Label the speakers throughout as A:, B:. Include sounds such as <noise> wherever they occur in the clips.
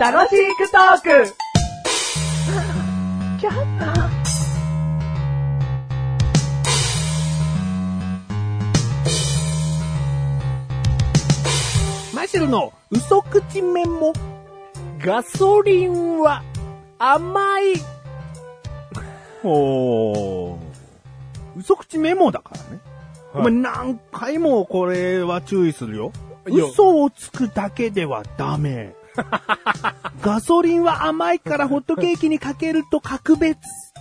A: 楽しくトーク
B: マシュルの嘘口メモ。ガソリンは甘い。
C: おー。嘘口メモだからね。
B: はい
C: お前何回もこれは注意するよ。
B: いや
C: 嘘をつくだけではダメ。 <laughs> ガソリンは甘いからホットケーキにかけると格別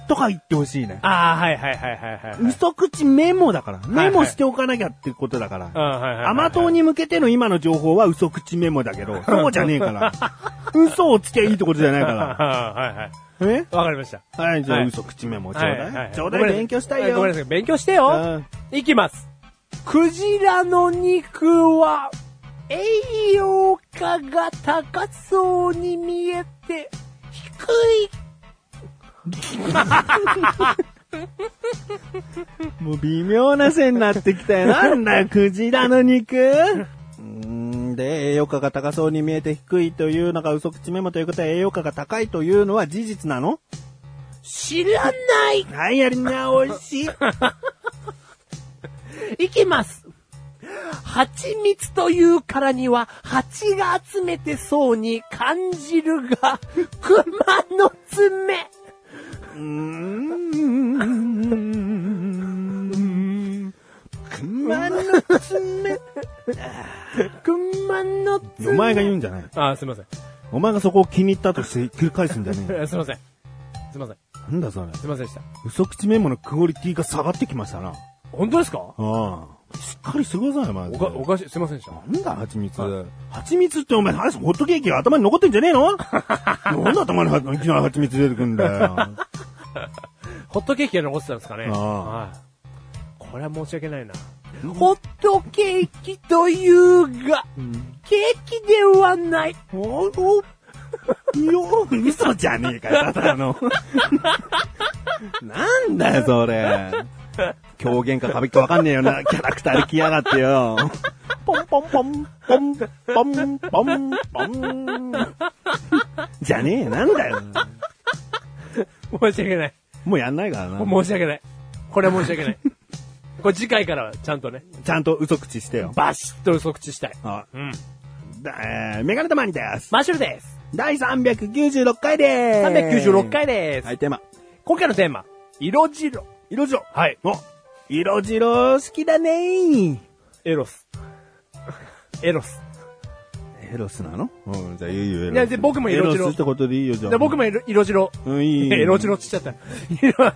C: とか言ってほしいね。
B: ああ、はいはいはいはいはい。
C: 嘘口メモだから。
B: はい
C: メモしておかなきゃってことだから。
B: あはいはい。
C: 甘党。に向けての今の情報は嘘口メモだけど、
B: <laughs>
C: そうじゃねえから。嘘をつけばいいってことじゃない
B: <laughs>
C: か
B: はいは
C: ら。
B: い。
C: え
B: わかりました。
C: はい、じゃ
B: は
C: あ
B: い
C: 嘘口メモちょう
B: はい
C: だ。
B: はいい
C: ちょうだ
B: ごめん
C: い
B: なさ
C: 勉強したい
B: はごめん
C: よ
B: な。さい、勉強してよ。いきます。クジラの肉は栄養価が高そうに見えて低い。
C: <laughs> もう微妙な線になってきたよ。なんだよ、クジラの肉うーんで、栄養価が高そうに見えて低いというのが嘘口メモということは栄養価が高いというのは事実なの
B: 知らない。
C: はい、やり直し。
B: いきます。蜂蜜というからには蜂が集めてそうに感じるが、熊の爪。
C: うーん。熊の爪。
B: 熊の
C: お
B: 爪。
C: 前が言うんじゃない。
B: あ、すいません。 <laughs>
C: お前がそこを気に入ったとして繰り返すんじゃねえよ。
B: えすいません。すいません。
C: なんだそれ。
B: すいませんでした。
C: 嘘口メモのクオリティが下がってきましたな。あ
B: 本当ですか
C: あ。しっかりしてくださいよ、マジで。
B: おか、おかしい。すいませんでした。
C: なんだ、蜂蜜
B: はい。
C: 蜂蜜ってお前、話ホットケーキが頭に残ってんじゃねえのなんで頭には、いきなり蜂蜜出てくんだよ。
B: ホットケーキが残ってたんですかね。
C: ああ
B: はい。これは申し訳ないな。ホットケーキというが、ケーキではない。
C: おおよ、嘘じゃねえかよ、ただの。なんだよ、それ。狂言か歌舞伎かわかんねえよな、キャラクターで来やがってよ。ポンポンポン、ポン、ポン、ポン、ポン。じゃねえよ、なんだよ。
B: 申し訳ない。
C: もうやんないからな。
B: 申し訳ない。これは申
C: <laughs>
B: し訳ない。これ次回からはちゃんとね、
C: ちゃんと嘘口してよ。
B: バシッと嘘口したい。
C: あ
B: うん。
C: だえーメガネたまにです。
B: マッシュルです。
C: 第396回でーす。
B: 396。回です。
C: はい、テーマ。
B: 今回のテーマ、色白。
C: 色白。
B: はい。
C: お、色白好きだねー。
B: エロス。エロス。
C: エロスなのうん、じゃあいいよ、エロス。
B: いやで僕も色白
C: エロスってことでいいよ、じゃあ。
B: で僕
C: も。
B: も色色白。
C: うん、
B: <laughs>
C: いいいい。
B: エロ白っつっち
C: <laughs>
B: ゃった。色色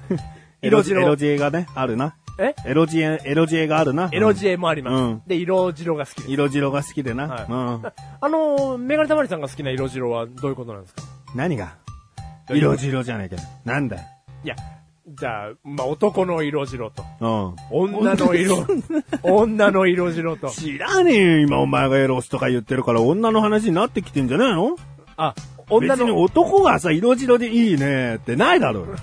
C: エロ
B: 白。
C: ジエがね、あるな。
B: え
C: エロジエ、エロジエがあるな。
B: エロ
C: エ。
B: ジエもあります。
C: うん
B: で、色白が好きです。
C: 色白が好きでな。
B: はい
C: うん。
B: あのー、メガネたまりさんが好きな色白はどういうことなんですか
C: 何が色白じゃないけど。なんだよ。
B: いや、じゃあ、まあ、男の色白と、
C: うん。
B: 女の色、女の色白と。
C: 知らねえよ、今お前がエロスとか言ってるから、女の話になってきてんじゃないの
B: あ、女
C: 別に
B: の、
C: 男がさ、色白でいいねってないだろ
B: <laughs>
C: うよ。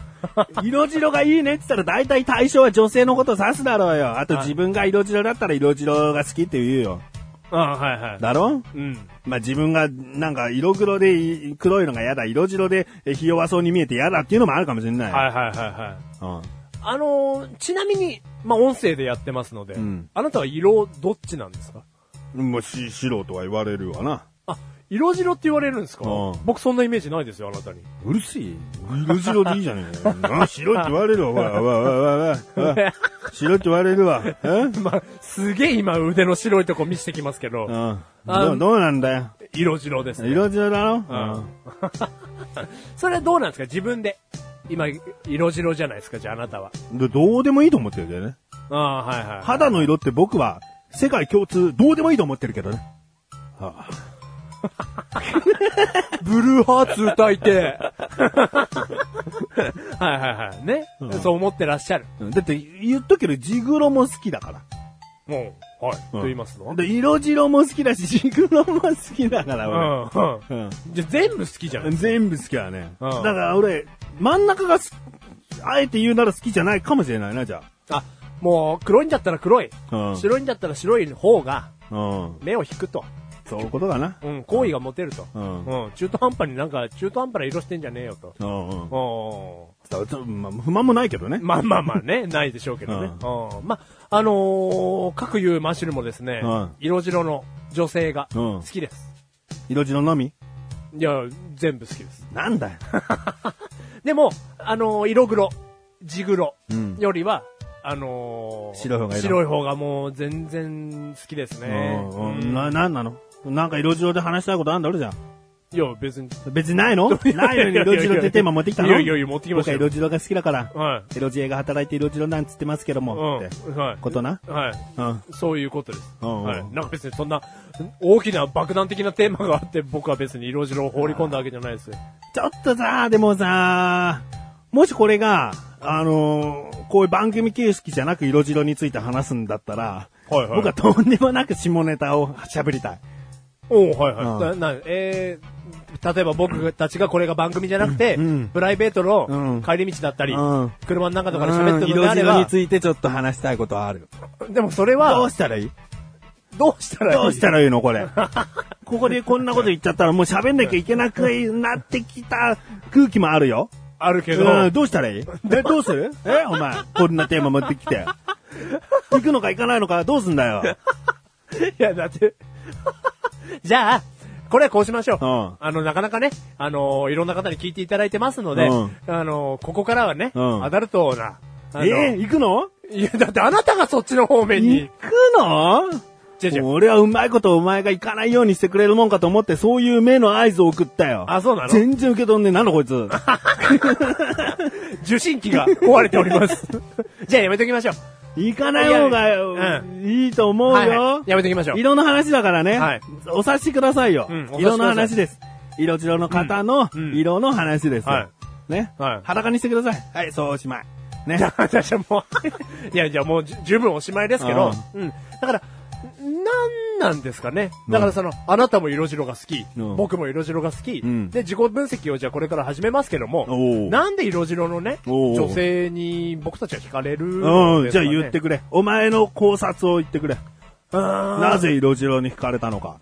C: 色白がいいねって言ったら大体対象は女性のこと指すだろうよ。あと
B: はい
C: 自分が色白だったら色白が好きって言うよ。
B: あ、はいはい。
C: だろ
B: うん。
C: まあ、自分がなんか色黒でい黒いのが嫌だ、色白でえひ弱そうに見えて嫌だっていうのもあるかもしれない。
B: はいはいはいはい。
C: うん
B: あのー、ちなみに、まあ、音声でやってますので、
C: うん
B: あなたは色どっちなんですか
C: もうし白とは言われるわな。
B: あ、色白って言われるんですか
C: うん
B: 僕そんなイメージないですよ、あなたに。
C: うるせえよ。色白でいいじゃねえかよ。
B: <laughs>
C: な白って言われるわ、わわわわわわ。白って言われるわ。え
B: まあ、すげえ今腕の白いとこ見せてきますけど、
C: うん。どうどうなんだよ。
B: 色白です、ね。
C: 色白だろ
B: んそれはどうなんですか自分で。今、色白じゃないですかじゃああなたは。
C: でどうでもいいと思ってるんだよね。
B: ああ、はいはい。
C: 肌の色って僕は世界共通、どうでもいいと思ってるけどね。はあ
B: <laughs> ブルーハーツ歌 <laughs> いて。はいはいはい。ね、
C: うん
B: そう思ってらっしゃる。
C: だって言っとくけど、ジグロも好きだか
B: もう、はい。
C: うん
B: と言いますの
C: ら。で、色白も好きだし、ジグロも好きだから、俺。
B: うん。じゃあ全部好きじゃない
C: 全部好きだね。
B: うん
C: だから俺、真ん中がす、あえて言うなら好きじゃないかもしれないな、じゃ
B: あ、もう黒いんだったら黒い。
C: あ。うん。
B: 白いんだったら白い方が
C: うん。
B: 目を引くと。
C: そういうことだな。
B: うん、好意が持てると。
C: うん
B: うん、中途半端になんか、中途半端な色してんじゃねえよと。
C: うんうん。
B: うん。
C: そうそうまあ不満もないけどね。
B: まあまあまあ <laughs> ね、ないでしょうけどね。うん。まあ、あのー、各有マシルもですね、
C: うん
B: 色白の女性が
C: う
B: 好
C: ん
B: きです。
C: 色白のみ
B: いや、全部好きです。
C: なん
B: <laughs>
C: だよ。
B: でも、あのー色黒、地黒
C: うん
B: よりは、あのー
C: 白い方がいいの
B: 白い方がもう全然好きですね。
C: うん
B: う
C: うんんな、なんなのなんか色白で話したいことあんだろじゃん。
B: いや、別に。
C: 別に
B: <laughs>
C: ないのないのに色白ってテーマ持ってきたの
B: いやいやいや持ってきましたよ
C: 僕は色白が好きだから。
B: は
C: 色知恵が働いて色白なんつってますけど
B: い。う
C: も。って
B: ん。はい。
C: ことな。
B: はい。
C: うん。
B: そういうことです。
C: うんうん
B: はい。なんか別にそんな大きな爆弾的なテーマがあって僕は別に色白を放り込んだわけじゃないですよ。
C: ちょっとさ、でもさ、もしこれが、あのーこういう番組形式じゃなく色白について話すんだったら、
B: はいはい
C: 僕はとんでもなく下ネタを喋りたい。
B: おうはいは
C: う
B: い。な、な、えー、例えば僕たちがこれが番組じゃなくて、
C: うん
B: プライベート
C: う
B: の
C: ん
B: 帰り道だったり、
C: うん
B: 車の中とかで喋ってるの
C: 色
B: であれ
C: 白に
B: ば、
C: ついてちょっと話したいことはある。
B: でもそれ
C: どう
B: は、
C: したらいい
B: どうしたらいい
C: どうしたらいいのこれ。 <laughs> ここでこんなこと言っちゃったらもう喋んなきゃいけなくなってきた <laughs> 空気もあるよ。
B: あるけど、
C: うん、どうしたらいいえ、どうするえ、お前、こんなテーマ持ってきて。行くのか行かないのかどうすんだよ。
B: いや、だって、 <laughs> じゃあ、これはこうしましょう。
C: うん
B: あの、なかなかね、あのいろんな方に聞いていただいてますので、
C: うん
B: あのここからはね、
C: うん
B: アダルトな、
C: え
B: あの
C: 行くの
B: いや、だってあなたがそっちの方面
C: 行
B: に。
C: くの
B: 違う違う
C: 俺はうまいことお前が行かないようにしてくれるもんかと思って、そういう目の合図を送ったよ。
B: あそうなの
C: 全然受け取んねえ。なんだこい
B: <laughs>
C: つ。
B: 受信機が壊れており
C: <laughs>
B: ます。じゃあやめときましょう。
C: 行かない方が
B: う
C: いいと思うよ。
B: はいはいやめときましょう。
C: 色の話だからね。
B: はい
C: お察しくださいよ。
B: うんお察しください
C: 色の話です。色白の方の
B: うんうん
C: 色の話ですよ。
B: は
C: ね、
B: はい
C: 裸にしてください。はい、そうおしまい。ね。
B: じゃあじゃあもう、いや、じゃあもうじゅ十分おしまいですけど、うん。だから、なんなんですかね。だからその、あなたも色白が好き、
C: うん
B: 僕も色白が好き、
C: うん
B: で、自己分析をじゃあこれから始めますけど
C: お
B: も、
C: う
B: なんで色白のね、
C: おう
B: 女性に僕たちは惹かれるの
C: うん、
B: です
C: じゃ
B: か、
C: あ
B: ね、
C: 言ってくれ。お前の考察を言ってくれ。
B: あー
C: なぜ色白に惹かれたのか。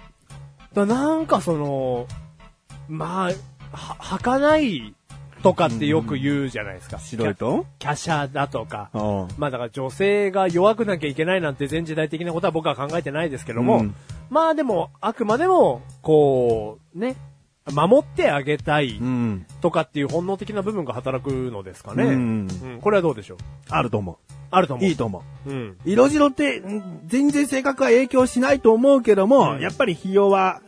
B: だなんかその、まあ、は、はかないとかってよく言うじゃないですか。
C: 白いと
B: キャシャだとか
C: う。ん。
B: まあだから女性が弱くなきゃいけないなんて全時代的なことは僕は考えてないですけども、
C: うん
B: まあでも、あくまでも、こう、ね、守ってあげたい
C: うん。
B: とかっていう本能的な部分が働くのですかね。
C: うん
B: うんこれはどうでしょう
C: あると思
B: あると
C: う。
B: 思う。
C: いいと思う。
B: うん。
C: 色白って、うん全然性格は影響しないと思うけども、
B: うん
C: やっぱりひ弱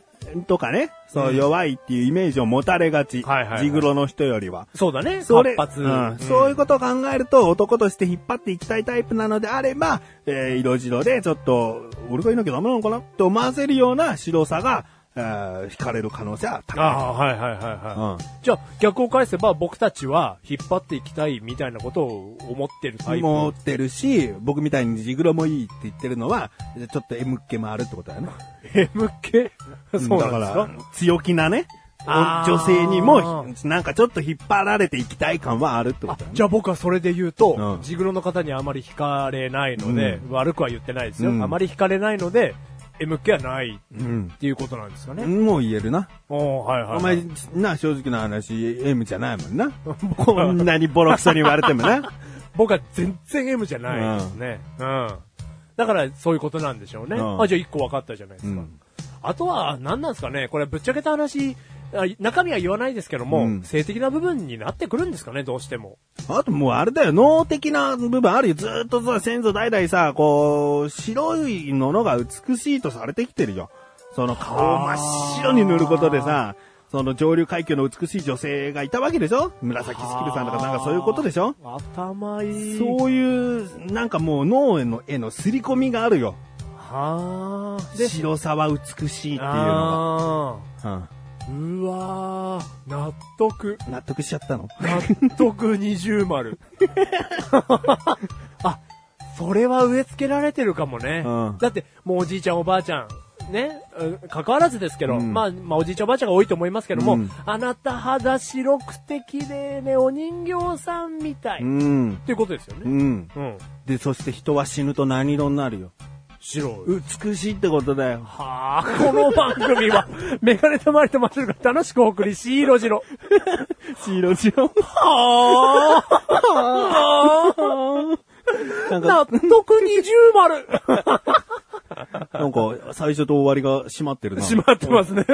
C: とかね、そう、
B: うん
C: 弱いっていうイメージを持たれがち。
B: はいはいはい
C: ジグロの人よりは。
B: そうだね。
C: それ
B: 活発、
C: うん
B: うん
C: そういうことを考えると、男として引っ張っていきたいタイプなのであれば、えー色白でちょっと、俺がいなきゃダメなのかなって思わせるような白さが、えー惹かれる可能性は高い。
B: ああ、はいはいはいはい。
C: うん
B: じゃあ、逆を返せば僕たちは引っ張っていきたいみたいなことを思ってるタイプ。
C: 持ってるし、僕みたいにジグロもいいって言ってるのは、ちょっと M っ気もあるってことだよね。
B: M
C: <laughs>
B: 系そうなんです
C: だ
B: か
C: から、強気なね、
B: あー
C: 女性にも、なんかちょっと引っ張られていきたい感はあるってことだね。
B: じゃあ僕はそれで言うと、
C: うん
B: ジグロの方にあまり惹かれないので、悪くは言ってないですよ。
C: うん
B: あまり惹かれないので、MK はない
C: うん。
B: っていうことなんですかね。
C: もう言えるな。
B: おーはいはい、はい。
C: お前、な、正直な話、M じゃないもんな。 <laughs> こんなにボロクソに言われてもな。
B: 僕は全然 M じゃないですね。うん。だから、そういうことなんでしょうね。
C: うん
B: あ、じゃあ一個分かったじゃないですか。
C: うん
B: あとは、何なんですかねこれ、ぶっちゃけた話、あ中身は言わないですけども、
C: うん
B: 性的な部分になってくるんですかねどうしても。
C: <laughs> あともうあれだよ、脳的な部分あるよ。ずーっとさ、先祖代々さ、こう、白いものが美しいとされてきてるよ。その顔を真っ白に塗ることでさ、その上流階級の美しい女性がいたわけでしょ紫スキルさんとかなんかそういうことでしょ
B: あー頭いい。
C: そういう、なんかもう脳への、への刷り込みがあるよ。
B: はあ。で、
C: 白さは美しいっていうの
B: あ
C: が。うん
B: ーうわー納得。
C: 納得しちゃったの
B: 納得二重丸。 <laughs> あ、それは植え付けられてるかもね。
C: うん
B: だって、もうおじいちゃんおばあちゃん、ね、うん関わらずですけど、
C: うん
B: まあ、まあおじいちゃんおばあちゃんが多いと思いますけども、
C: うん
B: あなた肌白くて綺麗ね、お人形さんみたい。
C: う
B: っ
C: ん。
B: ていうことですよ
C: う
B: ね。
C: ん。
B: うん。
C: で、そして人は死ぬと何色になるよ。
B: 白い。
C: 美しいってことだよ。
B: はあ、この番組は、メガネたまりとマシュルが楽しくお送り、シー
C: <laughs>
B: ロジロ。
C: 白白。
B: は
C: <laughs>
B: あ、
C: なんか、
B: 納得二重丸。
C: なんか、最初と終わりが閉まってるな。
B: <laughs> しまってますね。